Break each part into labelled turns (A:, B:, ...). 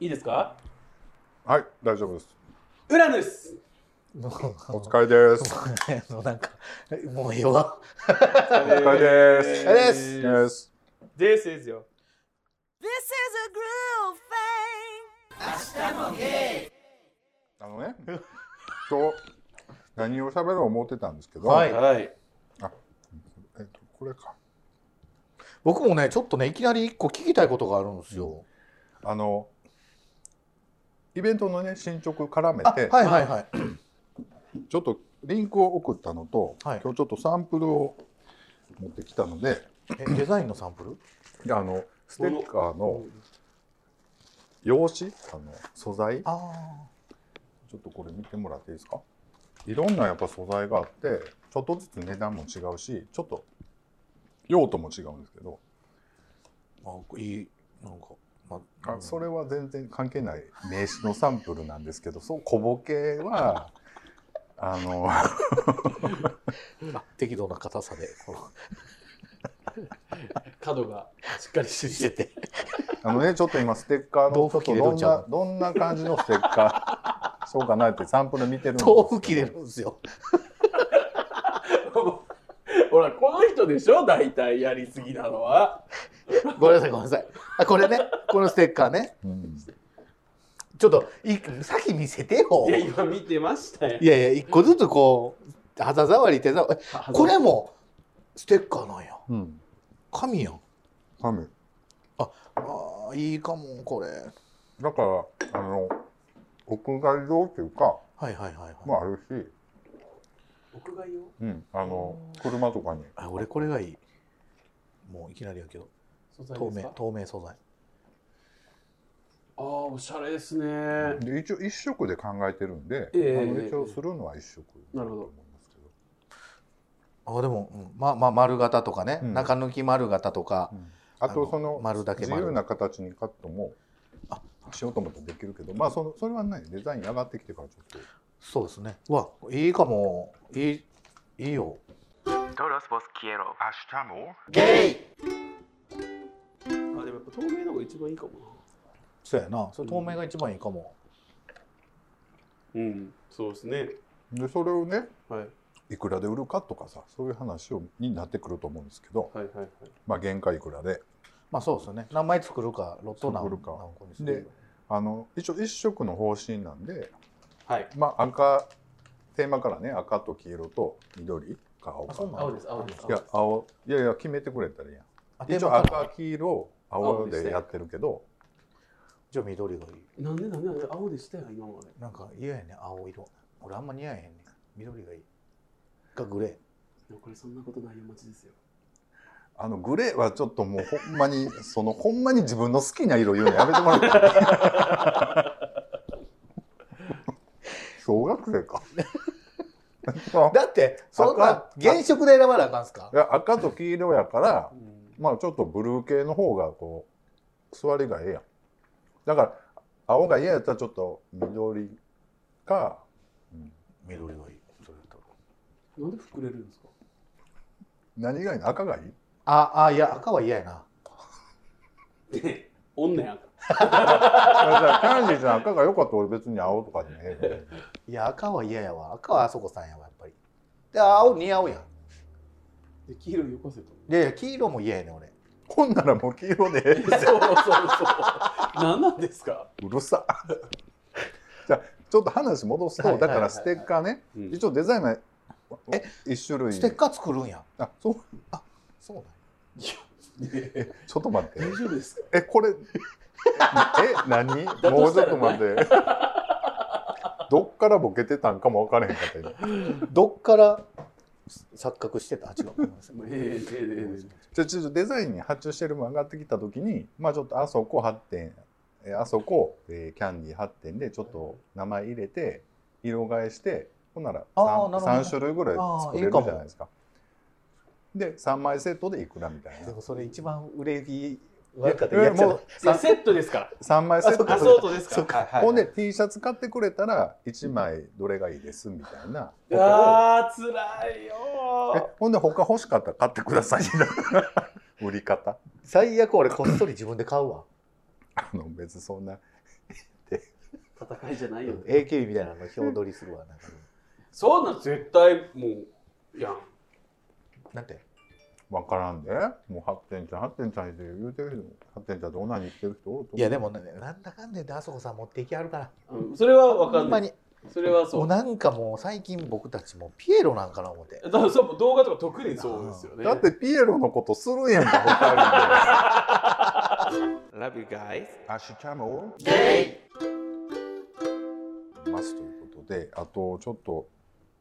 A: いいですか
B: はい、大丈夫です。
A: ウラヌス
C: の
B: お疲れです。
C: あのなんかもう弱っ
A: お
B: お疲れです。
C: 疲れです
B: です。
A: This is よ
D: This is a groove thing.
B: あのね、 今日何を喋ろう思ってたんですけど、
C: はい
A: はい
B: えっとこれか。
C: 僕もねちょっとねいきなり一個聞きたいことがあるんですよ、
B: あのイベントのね進捗絡め
C: あ
B: て、
C: はいはいはい
B: ちょっとリンクを送ったのと、
C: はい
B: 今日ちょっとサンプルを持ってきたので、
C: えデザインのサンプル
B: いやあのステッカーの用紙、あの素材、ち
C: あ
B: ょっとこれ見てもらっていいですか。いろんなやっぱ素材があって、ちょっとずつ値段も違うし、ちょっと用途も違うんですけど、
C: ーあいいなんか、ま
B: あそれは全然関係ない名刺のサンプルなんですけど、そう小ボケは あの。
C: あ適度な硬さでこ
A: 角がしっかりし
C: うしてて
B: あのね、ちょっと今ステッカーの
C: 豆腐
B: ちょっと
C: 切れるんちゃう
B: どんなどんな感じのステッカー そうかなってサンプル見てるんですけど
C: 豆腐切れるんですよ
A: ほらこの人でしょ大体やりすぎなのは
C: ごめんなさいごめんなさいあこれねこのステッカーね
B: うん
C: ちょっとい先見せてよ
A: いや今見てましたよ
C: いやいや一個ずつこう肌触り手触りえこれもステッカーなんや
B: うん
C: 紙やん
B: 多分
C: あーいいかもこれ
B: だからあの屋外用っていうか
C: はいはいはいはい、
B: もあるし、
A: 屋外用
B: うん、あの車とかに
C: あ、俺これがいいもういきなりやけど
A: 素材
C: 透
A: です
C: 明
A: か
C: 透明素材
A: ああおしゃれですね
B: で一応一色で考えてるんで、
A: ええ
B: あの一応するのは一色だと思いますけど
C: あでも、うんまあまあ丸型とかね、
B: うん
C: 中抜き丸型とか、
B: うんあとそ
C: あ
B: の
C: の丸だけ
B: 自
C: 丸
B: 由な形にカットも
C: あ
B: しようと思ったらできるけどまあそのそれはないデザイン上がってきてからちょっ
C: そうですねうわいいかもいいいいよ
E: Todos vos quiero.
A: あでもやっぱ透明の方が一番いいかも
C: そうやなそれ透明が一番いいかも、
A: なうんそうですね
B: とでそれをね
A: はい
B: いくらで売るかとかさそういう話をになってくると思うんですけど、
A: はいはいはい
B: まあ、原価いくらで
C: まあそうですよね何枚作るかロット何
B: 作るか
C: 何個にす
B: で
C: る
B: あの一応一色の方針なんで、
A: はい
B: まあ、赤テーマからね赤と黄色と緑か青
C: あそう
B: か
C: な
A: 青です青です
B: いや青いやいや決めてくれたらいいや
C: あ
B: ん
C: で
B: 一
C: も
B: 応赤黄色青
A: 青で
B: でやってるけど
C: じゃあ緑がいい
A: なんでなんでなんで青でしたよ今まで
C: なんか嫌やね青色俺あんま似合えへんねん緑がいいかグレー
A: いやこれそんなことないよマジですよ
B: あのグレーはちょっともうほんまに そのほんまに自分の好きな色言うのやめてもらってい い小学生 か
C: だってそんな原色で選ばなあかんすか
B: いや赤と黄色やから
A: うん
B: まあちょっとブルー系の方がこう座りがええやんだから青が嫌やったらちょっと緑か、うん
C: 緑がいいそれやったら
A: なんで膨れるんですか
B: 何がいいの赤がいい
C: ああいや赤は嫌やな
A: でおんねやん
B: だからキャンディーちゃん赤が良かったら俺別に青とかでもええけど
C: いや赤は嫌やわ赤はあそこさんやわやっぱりで青似合うやん
A: で黄色よこせと
C: いやいや黄色も嫌やねん俺
B: ほんならもう黄色でええ
A: そうそうそう。何なんですか。
B: うるさ じゃあちょっと話戻すと、
C: はいはいはい
B: だからステッカーね、
A: うん
B: 一応デザインは
C: え
B: 一種類
C: ステッカー作るんや
B: あそう
C: そうなんや
B: ちょっと待って
A: 大丈夫ですか。
B: えこれえ何もうちょっと待ってどっからボケてたんかも分からへんかった今
C: どっから 錯覚してたあ違うごめんなさい
A: もうえええええええ
B: じゃあちょっとデザインに発注してるも上がってきた時にまあちょっとあそこ8点えあそこ、えーキャンディー8点でちょっと名前入れて色替えしてほんなら
C: あーなるほど
B: 3, 種類ぐらい作れる
C: あーいいかも
B: じゃないですかで3枚セットでいくらみたい
C: で
B: な
C: もそれ一番売れ行き悪かった
B: え
C: やっちゃ
B: もう
C: う
A: いやセットですから。
B: 3枚セット
A: あ、そうとですから。はいはい
B: ほんで T シャツ買ってくれたら1枚どれがいいですみたいな
A: ああ、辛い
B: え
A: よ
B: ほんで他欲しかったら買ってくだ さい売り方
C: 最悪俺こっそり自分で買うわ
B: あの別にそんな
A: 戦いじゃないよね
C: AKB みたいなの表取りするわなんか
A: そんなん絶対もういやん
C: なんて
B: わからんで、もう発展ちゃん、発展ちゃんって言うてる人も、発展ちゃんって女に言ってる人おると思う。
C: いやでもねなんだかんだ言ってあそこさん持っていきはるから
A: うんそれは分か
C: ほん
A: ん
C: ま
A: ない
C: に
A: それは
C: も
A: そうう
C: なんかもう最近僕たちもピエロなんかな思って
A: だからそう動画とか特にそうですよね
B: だってピエロのことするんやんか、
E: Love you guys.
B: 二人で。アッシュチャムをますということで、あとちょっと、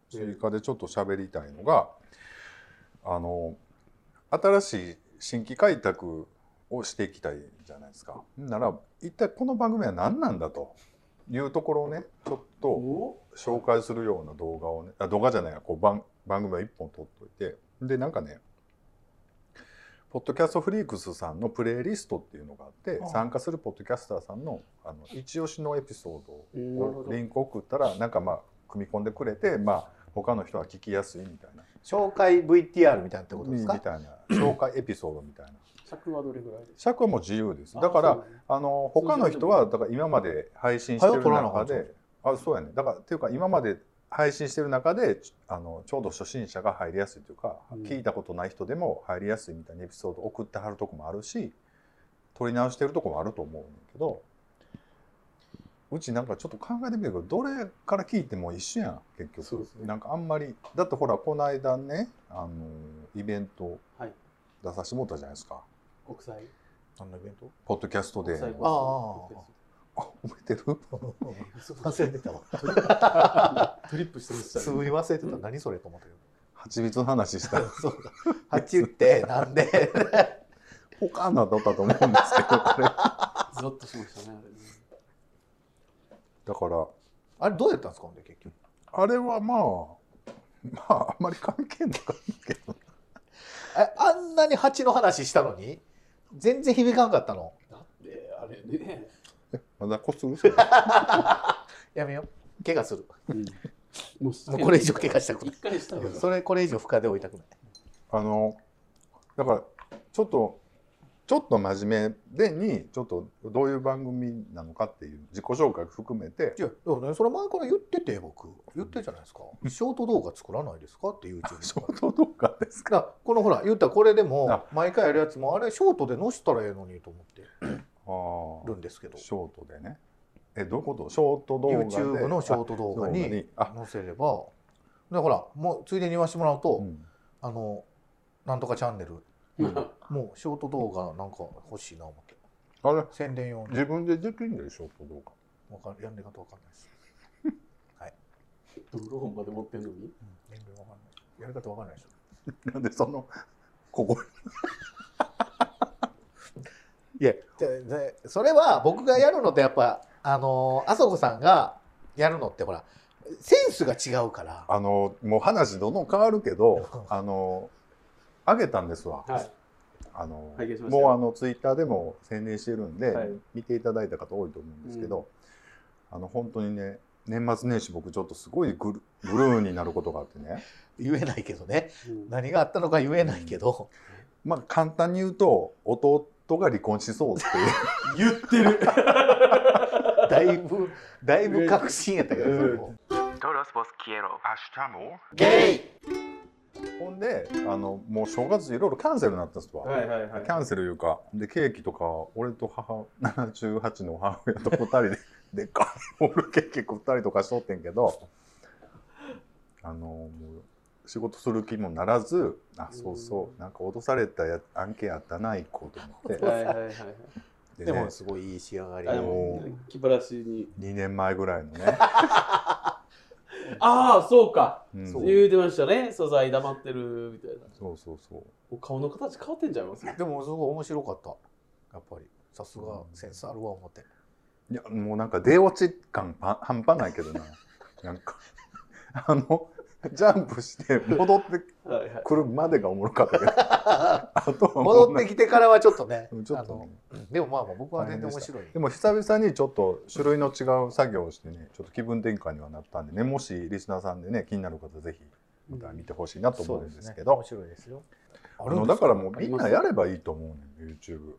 B: 追加でちょっと喋りたいのが、あの、新しい新規開拓をしていきたいじゃないですか。なら、一体この番組は何なんだというところをね、ちょっと、
A: お
B: 紹介するような動画をねあ動画じゃないやこう番番組を1本撮っといてでなんかねポッドキャストフリークスさんのプレイリストっていうのがあって
C: ああ
B: 参加するポッドキャスターさんのあの一押しのエピソー
A: なるほ
B: ドを
A: ど
B: リンク送ったらなんかまあ組み込んでくれてまあ他の人は聞きやすいみたいな
C: 紹介 VTR みたいなってことで
B: み
C: す
B: たい
C: か
B: な紹介エピソードみたいな
A: 尺はどれぐらいで
B: 尺はもう自由ですだからあの他の人はだから今まで配信してる
C: 早く撮らなあか
B: 中
C: んじゃん
B: であそうやねだからっていうか今まで配信してる中でちあのちょうど初心者が入りやすいというか、
A: うん
B: 聞いたことない人でも入りやすいみたいなエピソード送ってはるとこもあるし撮り直してるとこもあると思うんだけどうちなんかちょっと考えてみるけどどれから聞いても一緒やん結局
A: そうですね
B: なんかあんまりだってほらこの間ねあのイベント
A: はい
B: 出させてもらったじゃないですか
A: 国際
C: 何のイベント
B: ポッドキャスト
A: 国
B: で
A: 際
C: ああ
B: あ覚えてる
C: 忘れてたわ
A: トリップしてました
C: す
A: ね
C: ぐに忘れてた何それと思ってる
B: 蜂蜜の話したら
C: そうかはっきり言ってなんで
B: ポカーンなだったと思うんですけどあれだか
A: ゾッとしましたねあれね
B: ら
C: あれどうやったんですかほんで結局
B: あれはまあまああんまり関係なかったけど
C: えあんなに蜂の話したのに全然響かんかったの
A: だってあれね
B: まだこするそれ
C: やめよう怪我する
A: もうしつ
C: も
A: けな
C: う
A: い
C: これ以上怪我したくない
A: 一回したけど
C: それこれ以上深で置いたくない
B: あのだからちょっとちょっと真面目でにちょっとどういう番組なのかっていう自己紹介含めて
C: いやでもねそれ前から言ってて僕言ってるじゃないですかショート動画作らないですかって YouTube
B: シ
C: だ
B: ョ
C: か
B: ート動画ですから
C: このほら言ったらこれでも
B: あ
C: 毎回やるやつもあれショートで載せたらええのにと思って
B: あー
C: るんですけど
B: ショートでねえどういうことショート動画で
C: YouTube のショート動画
B: あ
C: に
B: あ、
C: 載せればでほらもうついでに言わせてもらうと、
B: うん
C: あのなんとかチャンネル
A: うん
C: もうショート動画なんか欲しいな思って
B: あれ
C: 宣伝用の
B: 自分でできんだよショート動画
C: わかやんでかとわかんないです、
A: ドローンまで持ってんのに
C: うん、年齢わかんないやり方わかんないでしょ
B: なんでそのここ
C: いやででそれは僕がやるのとやっぱあのーあそこさんがやるのってほらセンスが違うから
B: あのもう話どんどん変わるけどあのあげたんですわ、
A: はい
B: あの
A: 拝見しましたよ
B: もうあのツイッターでも宣伝してるんで、
A: はい
B: 見ていただいた方多いと思うんですけど、あの本当にね年末年始僕ちょっとすごいグルグルーになることがあってね
C: 言えないけどね
A: うん
C: 何があったのか言えないけど、
B: まあ簡単に言うと弟が離婚しそうっていう
A: 言ってる
C: だいぶだいぶ確信やったけど、
A: うん
C: そこ
E: Todos vos quiero.
B: ほんであのもう正月いろいろキャンセルになったんですわ、
A: はいはいはい
B: キャンセルいうかでケーキとか俺と母78の母親と2人で でっかいホールケーキ食ったりとかしとってんけどあのもう仕事する気もならずあそうそうなんか脅されたや案件あったな一個と思って
A: はいはいはいはい
B: で,、
C: で
B: ね
C: も、すごいいい仕上がり
A: あで
C: を
A: も気晴らしに
B: 2年前ぐらいのね、
A: ああそうか
B: うん
C: そ
B: そうう
A: 言うてましたね素材黙ってるみたいな
B: そうそうそう
A: お顔の形変わってんちゃいます
C: でもすごい面白かったやっぱりさすがセンスあるわ 思って
B: いやもうなんか出落ち感パン半端ないけどななんかあのジャンプして戻って
A: はいはい
B: くるまでがおもろかったけどあとはもう
C: 戻ってきてからはちょっとね
B: うんちょっ
C: あの
B: と
C: でもまあまあ僕は全然面白い
B: でも久々にちょっと種類の違う作業をしてねちょっと気分転換にはなったんでねもしリスナーさんでね気になる方ぜひまた見てほしいなと思うんですけど、
C: そうですね面白いですよ
B: あのだからもうみんなやればいいと思うねん YouTube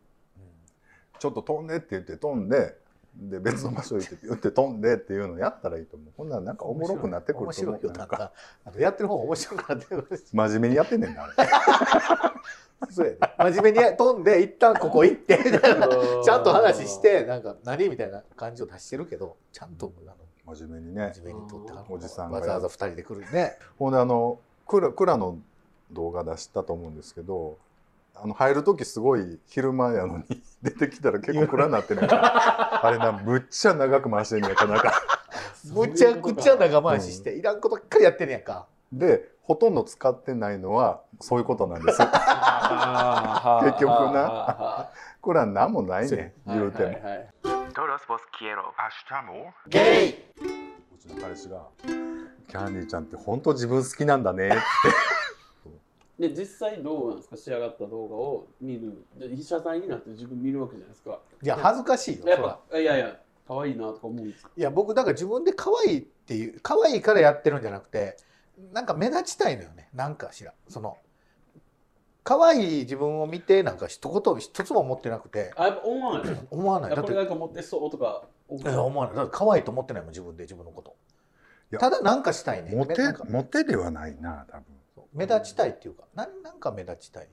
B: ちょっと飛んでって言って飛んでで別の場所行ってピュンって飛んでっていうのやったらいいと思うこんなんなんかおもろくなってくる
C: 面
B: と思
C: 白
B: う
C: いよ
B: な
C: なんん
B: か
C: かあのやってる方が面白くなってく る
B: 真面目にやってんねんなあれ
C: そうやね真面目に飛んで一旦ここ 行ってみたいなちゃんと話してなんか何みたいな感じを出してるけどちゃんとあの
B: 真面目にね
C: 真面目に撮ってはる
B: おじさんが
C: わざわざ二人で来るね
B: ほんであのクラクラの動画出したと思うんですけどあの入る時すごい昼間やのに 出てきたら結構暗なってるからあれなむっちゃ長く回してんねやかなんか
C: むちゃくちゃ
A: い
C: 長回ししていらんことばっかりやってんねやんか
B: でほとんど使ってないのはそういうことなんです
A: 結
B: 結局なクラなんもないねん言うても、
E: Todos vos quiero.
C: ゲイ
B: うちの彼氏が「キャンディーちゃんって本当自分好きなんだね」って
A: で実際どうなんですか仕上がった動画を見るで被写体になって自分見るわけじゃないですか
C: いや恥ずかしいよ
A: やっ
C: そら
A: ぱいやいや可愛いなとか思うんですか
C: いや僕だから自分で可愛いっていう可愛いからやってるんじゃなくてなんか目立ちたいのよねなんかしらその可愛い自分を見てなんか一言一つも思ってなくて
A: あやっぱ思わないですか
C: 思わない
A: いや
C: だっ
A: こ
C: て
A: れなんか持ってそうとか思
C: いや思わないだって可愛いと思ってないもん自分で自分のこ
B: いや
C: とただなんかしたいね
B: モテ
C: めなんか
B: モテではないな多分
C: そう目立ちたいっていうかなんなんか目立ちたい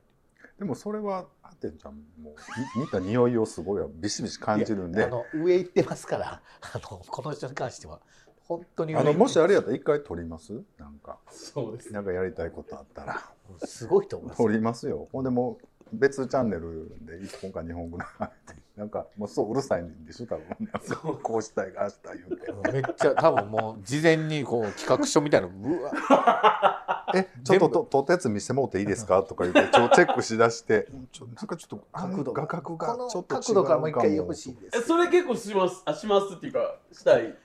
B: でもそれはハテンちゃんも見た匂いをすごいビシビシ感じるん
C: あ
B: で
C: の上行ってますからあのこの人に関しては本当に
B: あのもしあれやったら一回撮りますなんか
A: そうです
B: なんかやりたいことあったら
C: すごいと思います
B: 撮りますよほんでもう別チャンネルで1本か2本ぐらい上げてなんかもうそううるさいんでしょ多 分こうしたいああしたい言うて
C: うんめっちゃ多分もう事前にこう企画書みたいなのぶわ
B: 「えちょっとと撮ったやつ見せてもうていいですか?」とか言ってちょチェックしだしてちょなんかちょっと
C: 角度
B: 画角が
C: こ
B: ちょ
C: の
B: っと違う
C: 角度からもう一回欲しいで
A: え
C: す
A: それ結構しますあしますっていうかしたい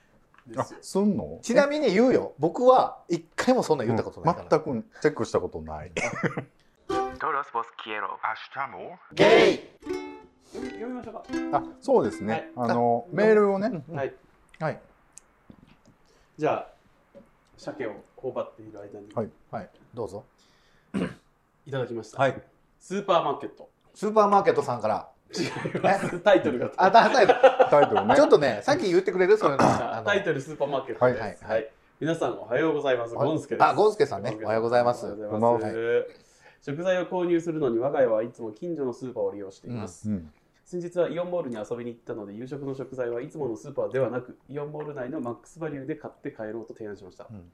A: で
B: あ
A: すよ
B: すんの
C: ちなみに言うよ僕は一回もそんな言ったことないから、
B: 全くチェックしたことない
E: Todos vos quiero.
C: ゲイ
A: 読み読みましょうか
B: あそうですね、
A: はい
B: あのメールをね
A: はい
C: はい
A: じゃあ鮭を頬張っている間に
B: はい
C: はいどうぞ
A: いただきました、
C: はい
A: スーパーマーケット
C: スーパーマーケットさんから
A: 違いますタイトルが
C: あだだ
B: タイトルね
C: ちょっとねさっき言ってくれるそれのあ
A: あ
C: の
A: タイトルスーパーマーケットです。
C: は
A: はいい、
C: は
A: はいい
C: はい
A: 皆さんおはようございます。
C: はい
A: ゴンスケです。
C: あゴンスケさんねおはようございます
A: おはよう
B: こんばん
A: ございます食材を購入するのに我が家はいつも近所のスーパーを利用しています、
B: うん
A: 先日はイオンモールに遊びに行ったので夕食の食材はいつものスーパーではなくイオンモール内のマックスバリューで買って帰ろうと提案しました、
B: うん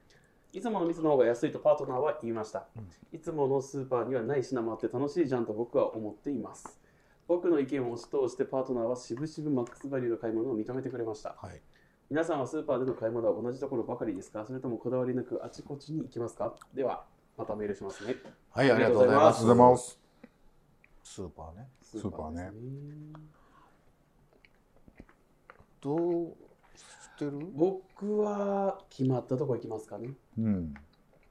A: いつもの店の方が安いとパートナーは言いました、
B: うん
A: いつものスーパーにはない品もあって楽しいじゃんと僕は思っています僕の意見を押し通してパートナーはしぶしぶマックスバリューの買い物を認めてくれました、
C: はい
A: 皆さんはスーパーでの買い物は同じところばかりですかそれともこだわりなくあちこちに行きますかではまたメールしますね
C: はいありがとうございます
B: ありがとうございます
C: スーパーね
A: ス
B: ーパーね
A: です
C: どうしてる
A: 僕は決まったとこ行きますかね
B: うん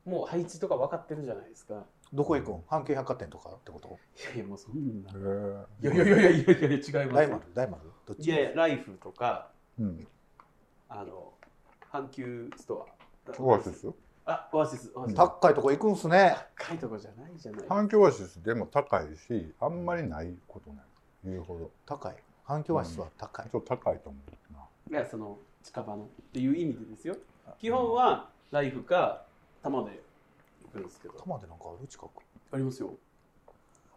A: もう配置とか分かってるじゃないですか
C: どこ行くん阪急百貨店とかってこと
A: いやいやもうそんな
B: へー
A: いやいやいやいやいやいや違います
C: 大丸大丸どっち
A: いやいやライフとか
B: うん
A: あの阪急ストア
B: オアシスよ
A: あオアシスオアシス
C: 高いとこ行くんすね
A: 高いとこじゃないじゃない
B: 環境オアシスでも高いしあんまりないことない言うほど
C: 高い環境和室は高い、
B: ちょっと高いと思うない
A: やその近場のっていう意味でですよ基本はライフか玉で行くんですけど
C: たまでなんかある近く
A: ありますよ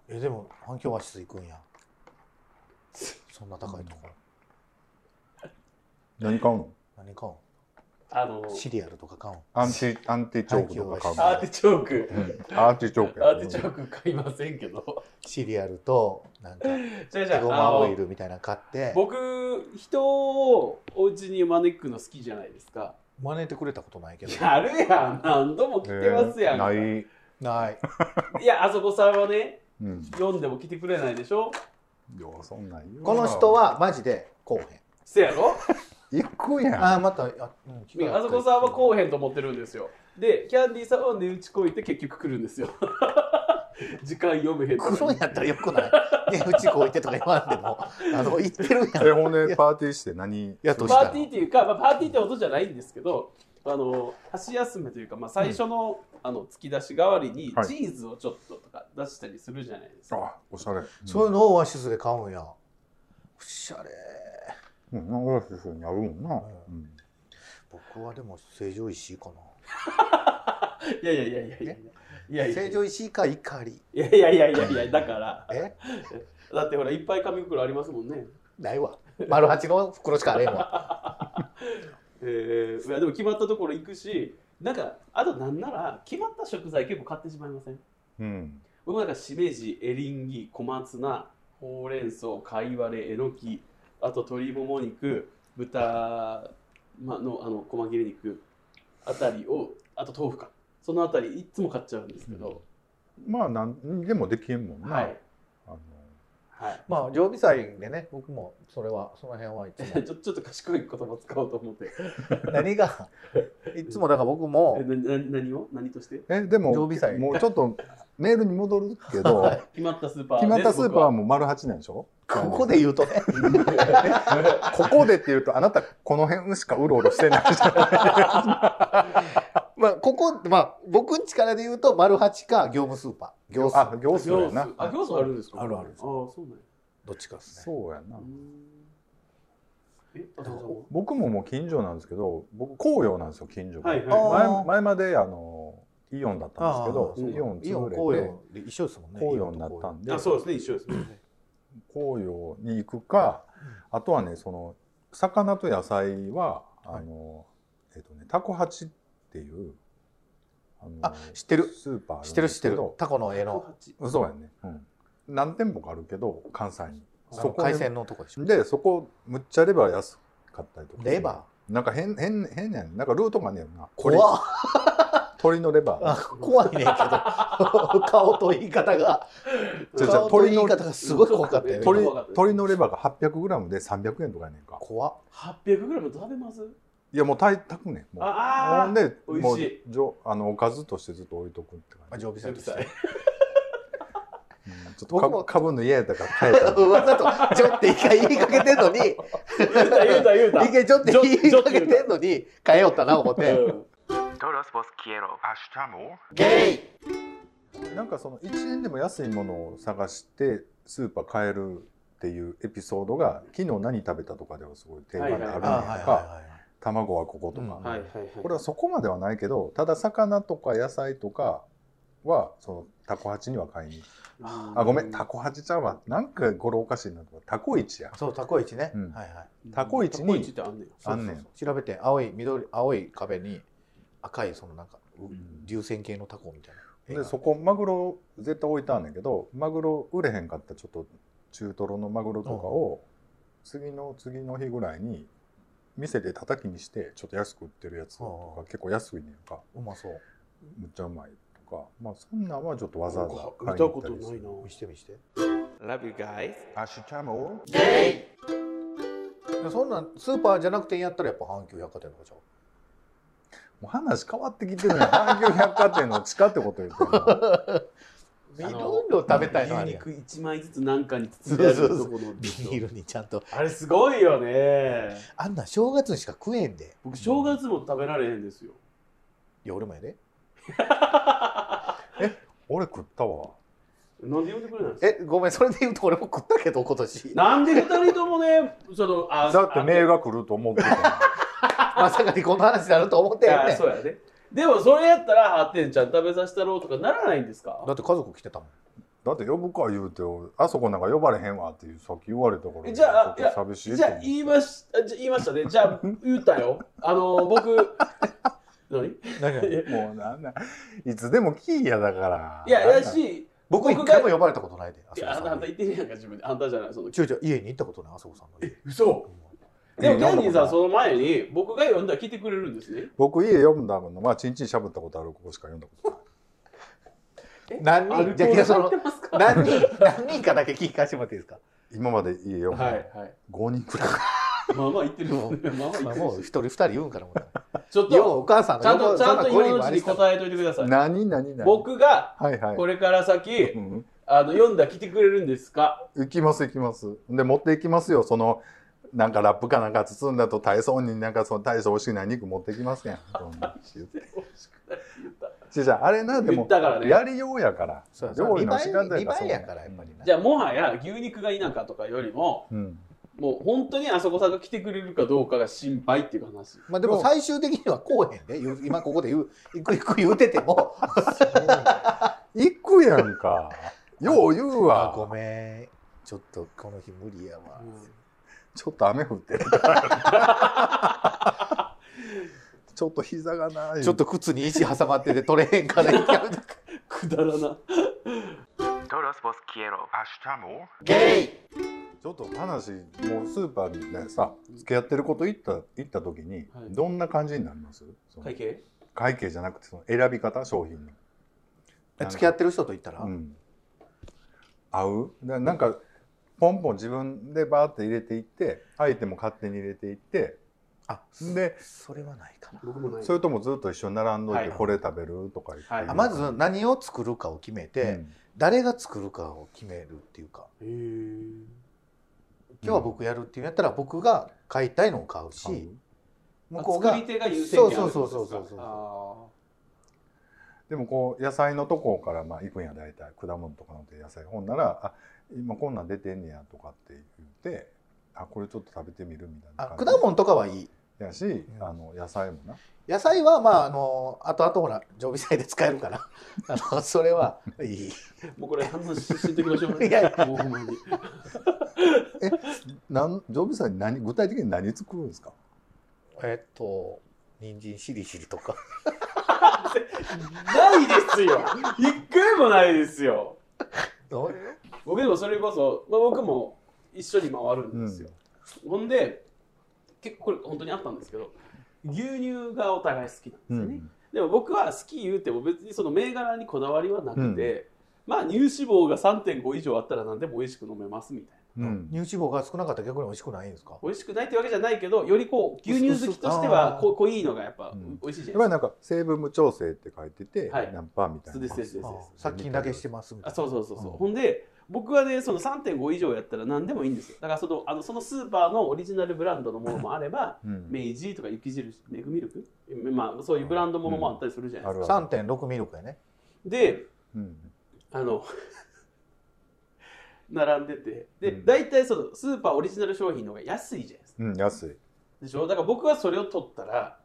C: えでも反響和室行くんやそんな高いとこ、
B: 何買うの
C: 何買う
A: あの
C: んシリアルとか買うん
B: アンティアンティチョークと
A: ア
B: か
A: ーティチョーク
B: 買うのうんアーティチョークや
A: アーティチョーク買いませんけど
C: シリアルとなん か
A: じゃあじゃ
C: エ
A: あ
C: ゴ
A: あ
C: マオイ
A: の
C: ルみたいなの買って
A: 僕人をお家に招くの好きじゃないですか
C: 真似てくれたことないけど
A: やるやん何度も来てますやんか、
B: えーない
C: ない
A: いやあそこさんはね
B: うん
A: 読んでも来てくれないでしょ
B: いやそんなん言うな
C: この人はマジでこうへん
A: せやろ
B: 行くやん
C: ああまたあ,、うん、気が
A: あそこさんはこうへんと思ってるんですよでキャンディーさんは値打ちこいて結局来るんですよ 時間読めへんとか
C: 黒いやったら よくないねうちこういてとか言わんでもあの言ってるや ん
B: えほんでパーティーして何
C: やっと
A: パーティーっていうか、まあ、パーティーってことじゃないんですけどあの箸休めというか、まあ、最初の,、あの突き出し代わりに
B: はい
A: チーズをちょっととか出したりするじゃないですか、
B: あおしゃれ
C: そういうのをオアシスで買うんやおしゃれ
B: うん、名古屋市にあるもんな。
C: う
B: うん
C: 僕はでも成城石井か
A: いやいやいやいやいや
C: え
A: いや
C: ない
A: や
C: 成城石井か怒り
A: いやいやいやいやいやだから
C: え
A: だってほらいっぱい紙袋ありますもんね
C: ないわ丸八の袋しかあれんわ
A: えー、いやでも決まったところ行くしなんかあとなんなら決まった食材結構買ってしまいません
B: うん。
A: 僕なんかしめじエリンギ小松菜ほうれん草かいわれえのきあと鶏もも肉豚、ま、のあの細切れ肉あたりをあと豆腐かそのあたりいっつも買っちゃうんですけど、
B: まあ、なんでもできんもんな。
A: はい
B: あの
A: はい
C: まあ常備菜でね僕もそれはその辺はいつも
A: ちょちょっと賢い言葉使おうと思って
C: 何がいつもだから僕も
A: えなな何を何として
B: え、でも、
C: 常備菜
B: もうちょっとメールに戻るけど、
C: はい
A: 決まったスーパー
B: 決まったスーパーは
A: も
B: もう丸八なんでしょ
C: ここで言うとね
B: ここでって言うと、あなたこの辺しかうろうろしてないじゃない。
C: まあここまあ僕ん力で言うと丸八か業務スーパー 業ス
B: あ
C: ー、
B: 行数やな。
A: あ行数あるんですか
C: あるある
A: ああそうなんや
C: どっちかですね
B: そうやな
A: う。んえあど
B: 僕ももう近所なんですけど、僕、紅葉なんですよ、近所
A: う
B: が。
A: ぞはい
C: あ
A: は
B: 前前まであのイオンだったんですけ
C: あ
B: ど
C: あ
B: そのイオン
C: イオ
B: 潰
C: ン紅
B: れて
C: 葉で一緒ですもんね
B: 紅葉になったん
A: い
B: で
A: あそうですね一緒ですね
B: 紅葉に行くかあとはねその魚と野菜はあのえっとねタコハチっていうあの
C: あ知ってる
B: スーパーあ
C: 知
B: ん
C: ってる
B: で
C: 知
B: す
C: って
B: け
C: る
B: ど
C: タコの絵
A: 108
C: の
B: そうやね、うん、何店舗かあるけど関西に
C: あ
B: そ
C: の
B: こ
C: 海鮮のとこでしょ
B: でそこむっちゃレバー安かったりとか
C: レバ
B: なんか変変変やねんなんかルートがねんな
C: ー
B: 鳥
C: 怖っ
B: 鳥のレバー
C: あ怖いねんけど 顔と言い方が
B: じゃあじゃあ
C: 顔と言い方がすごい怖かったよ
A: 鳥怖かった
B: 鶏
C: ね
A: です
B: 鶏のレバーが 800g で300円とかやねんか
C: 怖っ
A: 800グラム食べます
B: いやもう炊い炊くねんもう
A: あ
B: ほん
A: あ
B: で
A: 美味
B: もう
A: しい
B: じょあのおかずとしてずっと置いとくって
C: まあ
B: 感じ、
C: 常備菜として
A: 常備
B: うんちょっ
C: 僕も
B: とかぶの家だから変え たの
C: わざとちょって一回言いかけてんのに
A: 言うた言うた言うた
C: 一回ちょって言いかけてんのに変えよったな思って
A: うん
E: Todos vos quiero.
C: ゲイ
B: なんかその1円でも安いものを探してスーパー買えるっていうエピソードが昨日何食べたとかではすごい定番であるねんと
A: あはい
B: か卵はこことか、
C: うん
A: はいはいはい
B: これはそこまではないけどただ魚とか野菜とかはそのタコハチには買いにあごめんタコハチちゃうわなんか語呂おかしいなとかタコイチや
C: そうタコイチね、
B: うん
C: はいはい
B: タコイチに
A: タコイチってあんねん
B: あんねん
C: そうそうそう調べて青い緑青い壁に赤いそのなんかうん流線形のタコみたいな
B: でそこマグロ絶対置いたんだけどマグロ売れへんかったちょっと中トロのマグロとかを次の次の日ぐらいに店で叩きにしてちょっと安く売ってるやつと
C: ああ
B: か結構安いねんか
C: うまそう
B: むっちゃうまいとかまあそんなんはちょっとわざ
A: なん
B: わ
A: か
B: ざ
A: 見た
B: に行
A: こ
B: った
A: と
B: り
A: な
B: す
A: い
B: る
A: な
C: 見して見してそんなんスーパーじゃなくてやったらやっぱ阪急百貨店とかちゃう
B: もう話変わってきてるやん阪急百貨店の地下ってこと言ってるの
C: 緑を食べたいのあ
A: 牛
C: るやん
A: 肉一枚ずつなんかに包んであるとこの
C: ビニールにちゃんと
A: あれすごいよね
C: あんなん正月にしか食えんで
A: 僕正月も食べられへんですよ
C: いや俺もやで
B: 俺食ったわ
A: なんで呼んでくれないんですか
C: えごめんそれで言うと俺も食ったけど今年
A: なんで二人ともねそのあ
B: だってメールが来ると思って たのに
C: まさかにこの話になると思ってやん
A: あ
C: ねん
A: そうやねでもそれやったらハッテンちゃん食べさせたろうとかならないんですか
C: だって家族来てたもん
B: だって呼ぶか言うて俺あそこなんか呼ばれへんわっていうさっき言われたから
A: えじゃあ
B: ちょっと寂しい
A: じ
B: と
A: ゃ
B: 思
A: あ
B: って
A: 言いましあじゃあ言いましたねじゃあ言ったよあの僕 何い
C: 何々
B: もうなんなんいつでもキーやだから。
A: や
B: なん
A: や
B: なん
A: し
C: 僕一
A: 僕が
C: 回も呼ばれたことないで
A: い
C: 浅
A: やあ
C: 子
A: んたあ
C: さん
A: んた
C: に
A: 言ってるやんか自分であんたじゃないその
C: ちょいちょい家に行ったことないあそこさんの家
A: 嘘でもギャンディーさんその前に僕が呼んだら来てくれるんですね
B: 僕家読んだものはちんちんしゃぶったことあるここしか読んだことない。
C: 何
A: アル
C: 人
A: コー
C: じゃあ
A: ル
C: いやそ
A: 入っ
C: の
A: てますか
C: 何人何人かだけ聞かせてもらっていいです か
B: 今まで家読ん
A: はい
B: だ
A: はい
B: 五人くらい。
A: まあまあ言ってるっすねまあまあ言
C: ま
A: っ
C: あ
A: てるっ
C: もう
A: す
C: 一人二人言うんからもう
A: ちょっ
C: よう
A: と
C: お母さん
A: ちゃんとちゃんと
C: こ
A: 今のうちに答えといてください
B: 何何何。
A: 僕が
B: はいはい。
A: これから先
B: うん
A: あの読んだら来てくれるんですか
B: 行きます行きます。で持って行きますよその。なんかラップかなんか包んだと大層になんかその大層美味しくない肉持ってきますやん。どんなじゃじゃああれなで
A: 言
B: も
A: ったからね
B: やりようやから。
C: そうやそうや
B: 料理の時間
C: 二倍
B: 帯が
C: 二倍
B: そう
C: やからやっぱりな
A: じゃあもはや牛肉がいいなんかとかよりも
B: うん。
A: もう本当にあそこさんが来てくれるかどうかが心配っていう話。
C: まあでも最終的にはこうへんで、言う今ここで言う、行く行く言うてても、
B: 行くやんか。よう言う
C: あご
B: わ。
C: めん、ちょっとこの日無理やわ。
B: ちょっと雨降って る。ちょっと膝がない。
C: ちょっと靴に石挟まってて取れへんから行けない
A: くだらな。
E: Todos vos quiero.
C: ゲイ
B: ちょっと話もうスーパーでさ付き合ってること行った行った時に、
A: はい
B: どんな感じになりますその
A: 会計
B: 会計じゃなくてその選び方商品の、
C: え 付き合ってる人と言ったら、
B: うん、合うななんかポンポン自分でバーって入れていって相手も勝手に入れていって
C: あ
B: で
C: それはないかな。
A: 僕もない
B: そ。れともずっと一緒に並んどいて、
A: はい
B: これ食べるとか言って、
A: はい
C: あまず何を作るかを決めて、
B: うん
C: 誰が作るかを決めるっていうか
A: へー
C: 今日は僕やるっていうんやったら僕が買いたいのを買うし、
B: 買う
C: 向こうが
A: 作り手が優先権ある
C: そうそうそうそうそうそう
A: あ
B: でもこう野菜のとこからまあ行くんや大体果物とかのって野菜ほんなら「あ今こんなん出てんねや」とかって言って「あこれちょっと食べてみる」みたい
C: あ
B: な
C: 果
B: 感じ
C: 物とかはいい
B: やし、
C: ん
B: あの野菜もな
C: 野菜はまああの後々ほら常備菜で使えるから あのそれはいい
A: ーもうこれ反応ししておきましょう。
C: いやい
A: もうほんまに。
B: なん常備菜に何具体的に何作るんですか
C: えっと人参しりしりとか
A: ないですよ。一回もないですよ。
C: どう
A: 僕でもそれこそ、まあ、僕も一緒に回るんですよ。ほんで、結構これ本当にあったんですけど、牛乳がお互い好きなんですよね。でも僕は好き言うても別にその銘柄にこだわりはなくて、まあ乳脂肪が3.5以上あったら何でも美味しく飲めますみたいな。
B: うん
C: 乳脂肪が少なかったら逆に美味しくないんですか
A: 美味しくないってわけじゃないけど、よりこう牛乳好きとしてはこ
C: 薄々あー
A: 濃いのがやっぱ
B: うん
A: 美味しいじ
B: や
A: ゃな
B: っぱ
A: い
B: りなんか成分無調整って書いてて、
A: はい
B: ナンパーみたいな
A: ですか。そうですそうです
C: あ
A: そうです。
C: 殺菌だけしてますみた
A: あ
C: いな
A: そうそうそうそう、
C: うん
A: ほんで僕はねその3.5以上やったら何でもいいんですよだからそのあのそのスーパーのオリジナルブランドのものもあれば
B: うん
A: 明治とか雪印メグミルク、まあ、そういうブランドものもあったりするじゃない
B: あ
A: ですか、
B: るある、
C: 3.6ミルクやね
A: で
B: うん
A: あの 並んでてで、
B: うん
A: 大体そのスーパーオリジナル商品の方が安いじゃないですか
B: うん、安い、
A: でしょだから僕はそれを取ったら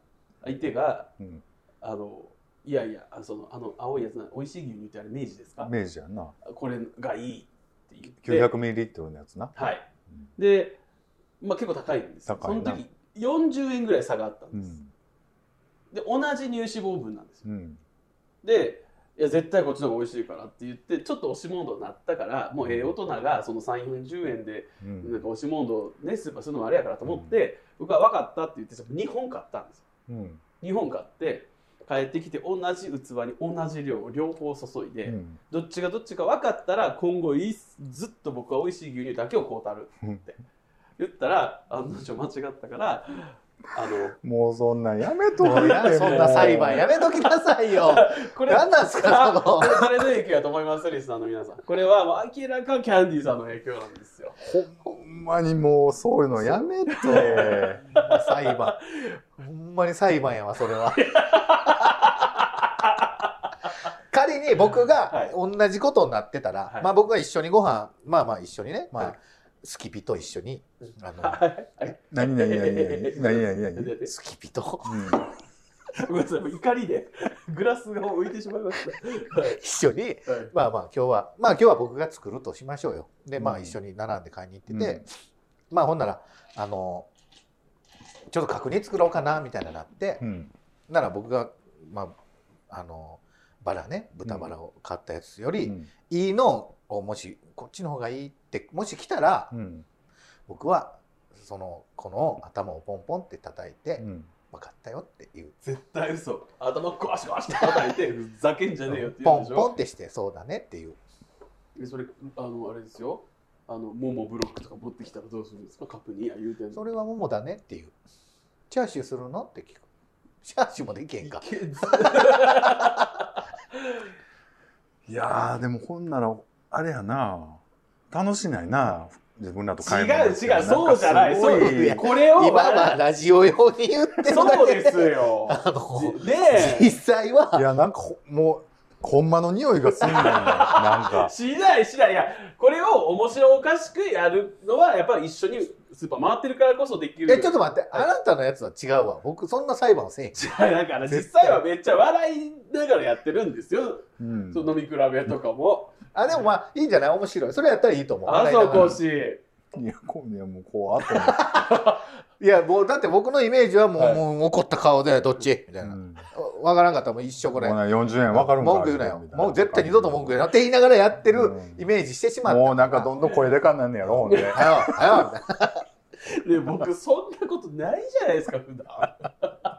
A: 相手が
B: うん、
A: あのいやいやあのそのあの青いやつな美味しい牛乳ってあれ明治ですか
B: 明治やんな
A: これがいいって言って
B: 900ミリリットルのやつな、
A: はい
B: うん、
A: で、まあ、結構高いんですよ
B: 高いな
A: その時40円ぐらい差があった
B: うん
A: です、
B: ん
A: で同じ乳脂肪分なんですよ
B: うん
A: でいや絶対こっちの方が美味しいからって言ってちょっと押し問答になったからもうええ大人がその3 4 0円で
B: う
A: なん
B: ん
A: か押し問答ねスーパーするのもあれやからと思って、僕は分かったって言って2本買ったんですよ
B: うん
A: 2本買って帰ってきて同じ器に同じ量を両方注いで、
B: うん
A: どっちがどっちか分かったら今後いいっすずっと僕は美味しい牛乳だけをこうたるって言ったら案の定間違ったからあの
B: もうそんなんやめと
C: もう
B: いて
C: やそんな裁判やめときなさいよ
A: これ
C: 何なんすかその
A: これ誰の影響やと思いますリスナーの皆さんこれはもう明らかキャンディーさんの影響なんですよ
B: ほんまにもうそういうのやめて。
C: 裁判ほんまに裁判やわそ れは仮に僕が同じことになってたら、
A: はい
C: まあ僕が一緒にご飯まあまあ一緒にね、まあ
A: はい
C: スキピと一緒にあの
B: 何々何々何々何々。
C: スキピと
A: ごめんなさいもう怒りでグラスが浮いてしまいましたはい
C: 一緒に
A: はい
C: まあまあ今日はまあ今日は僕が作るとしましょうよでま
B: う
C: あ
B: ん
C: 一緒に並んで買いに行って
B: うん
C: て、まあほんならあのちょっと角煮作ろうかなみたいななって、
B: うん
C: なら僕が、まあ、あのバラね豚バラを買ったやつよ
B: う
C: り、
B: ん
C: いいのをもしこっちの方がいいってもし来たら、
B: うん
C: 僕はそのこの頭をポンポンって叩いて
B: う、ん
C: 分かったよっていう
A: 絶対嘘頭壊し壊して叩いてふざけんじゃねえよって言う
C: ポ
A: で
C: ン
A: し
C: ポン
A: ょ
C: ってしてそうだねっていう
A: でそれあのあれですよあのモモブロックとか持ってきたらどうするんですかカップにあ言うてんの
C: それはももだねっていうチャーシューするのって聞くチャーシューもできへんか
A: いけず
B: いやーでもほんならあれやな楽しないな自分らと
A: 違う
B: 買い物
A: 違うそうじゃない
B: んかすご
A: そう
C: いや
A: これを
C: 今はラジオ用に言ってるだ
A: そう
C: け
A: ですよ
C: あの
A: で
C: 実際は
B: やなんかほもうほんまの匂いがすんねん。なんか。
A: しないしないいやこれを面白おかしくやるのはやっぱり一緒にスーパー回ってるからこそできる
C: えちょっと待って、あなたのやつは違うわ僕そんな裁判せえへん
A: じゃあだから実際はめっちゃ笑いながらやってるんですよ、
B: うん
A: その飲み比べとかも、
C: あでもまあいいんじゃない面白いそれやったらいいと思う
A: あ
C: 笑い
A: そ
C: な
A: う
C: がら
A: 講師
B: いや、こういやもうこうあった
C: いやもうだって僕のイメージはもう,、
A: はい
C: もう怒った顔でどっちみたい
B: の。
C: な、
B: うん
C: わからんかったらもう一生これ
B: もうな40円わかるんか
C: 文句言うなよ
B: みたい
C: もう絶対二度と文句言うなよって言いながらやってるイメージしてしまった
B: もうなんかどんどん声でかんなんねやろ、ほんで。
C: はよはよみたいな
A: で僕そんなことないじゃないですか普段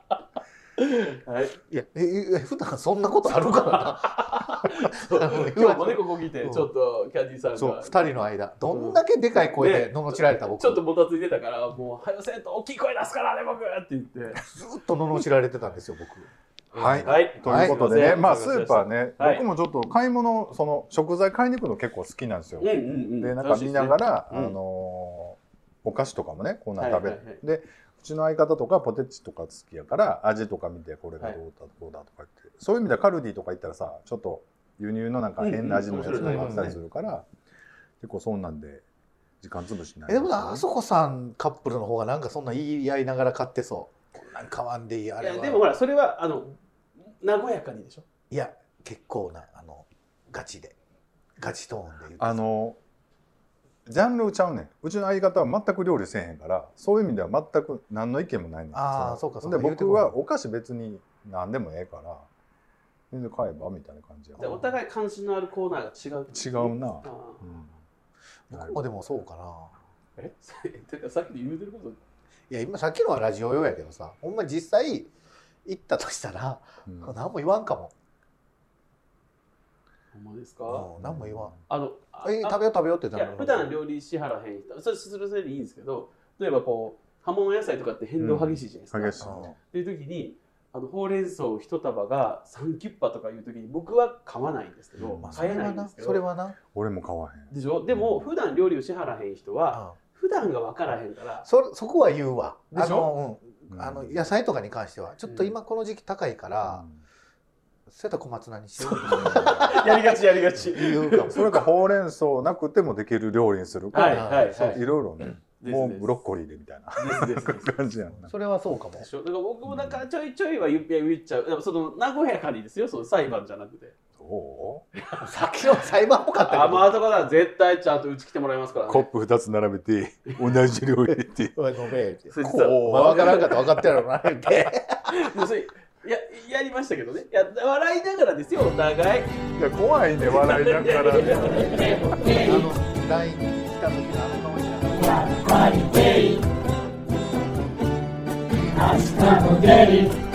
A: はい
C: いやええ普段そんなことあ るからな
A: 今日もねここ来てちょっとキャンディーさん
C: そう
A: が
C: 2人の間どんだけでかい声でののちられた僕
A: ちょっともたついてたからもう「はよせんと大きい声出すからね僕」って言って
C: ずっとののちられてたんですよ僕
B: はい。
A: はい
B: ということでね、
A: はい
B: まあスーパーね、
A: はい
B: 僕もちょっと買い物、その食材買いに行くの結構好きなんですよ。
A: うんうんうん
B: で、なんか見なが
A: ら
B: ら、
A: うん
B: あのーお菓子とかもね、こんなん食べて、
A: はいはいはい
B: で、うちの相方とかポテチとか好きやから、味とか見て、これがどうだ、どうだとか言って、そういう意味ではカルディとか行ったらさ、ちょっと輸入のなんか変な味のやつとかあったりするから、結構そうなんで、時間潰しにない
C: えでもあそこさんカップルの方がなんかそんな言い合いながら買ってそうこんなん買わんでいいあ
A: い
C: れ
A: や
C: は
A: でもほらそれはあの和やかにでしょ
C: いや結構なあのガチでガチトーンで言う
B: あのジャンルちゃうねんうちの相方は全く料理せえへんからそういう意味では全く何の意見もないねん
C: あー
B: の
C: そうかそうか
B: で
C: 言うて
B: 僕
C: もらう
B: はお菓子別に何でもええから全然買えばみたいな感じや
A: でお互い関心のあるコーナーが違う
B: 違うな
A: あ、ー
B: うん
C: 僕もでもそうかな
A: え てかさっき言うてること
C: いや今さっきのはラジオ用やけどさほんま実際行ったとしたら
B: うん
C: 何も言わんかも、
A: ほんまです
C: う
A: か
C: ん何も言わん
A: あのあ
C: 「え
A: あ
C: 食べよう食べよう」って
A: い
C: 言った
A: や
C: ら
A: 普段料理しはらへん人それそれそれでいいんですけど例えばこう葉物野菜とかって変動激しいじゃないですか、
B: 激しい
C: うん
A: っていう時にあのほうれん草一束が3キュッパとかいう時に僕は買わないんですけど、
B: まあ
C: そ
A: 買
C: れ
A: えな
C: はい
A: んで
C: な
A: すけど
C: それはな、
B: 俺も買わへん
A: でしょでも普段料理を支払へん人は普段が分からへん から
C: そそこは言うわ
A: でし
C: ょあの,、う、
B: うんん
C: あの野菜とかに関してはちょっと今この時期高いから、そうやったら小松菜にしよう
B: うん
A: やりがちやりがち
C: 言うかも
B: それかほうれん草なくてもできる料理にするか、
A: はい
B: い
A: はい
C: そ
A: はい
B: ろいろね、もうブロッコリーでみたいな
A: ッですですです
B: 感じやんな
C: それはそうかも
A: でしょだから僕もなんかちょいちょいは言っ言っちゃうでもその和やかにですよその裁判じゃなくて
B: どう
C: さっきの裁判っぽかった
A: あ
C: け
A: まああそこは絶対ちゃんとうち来てもらいますから、ね、
B: コップ2つ並べて同じ料理っていう
C: どおい飲めって
A: それ実は
B: こ
C: まあ分からんかったら分かってやろうな言うて
A: 要するにややりましたけどねや笑いながらですよお互いう
B: いや怖いね笑いながらね
C: あの LINE に来た時のあの顔しながら
F: Hasta Modelli.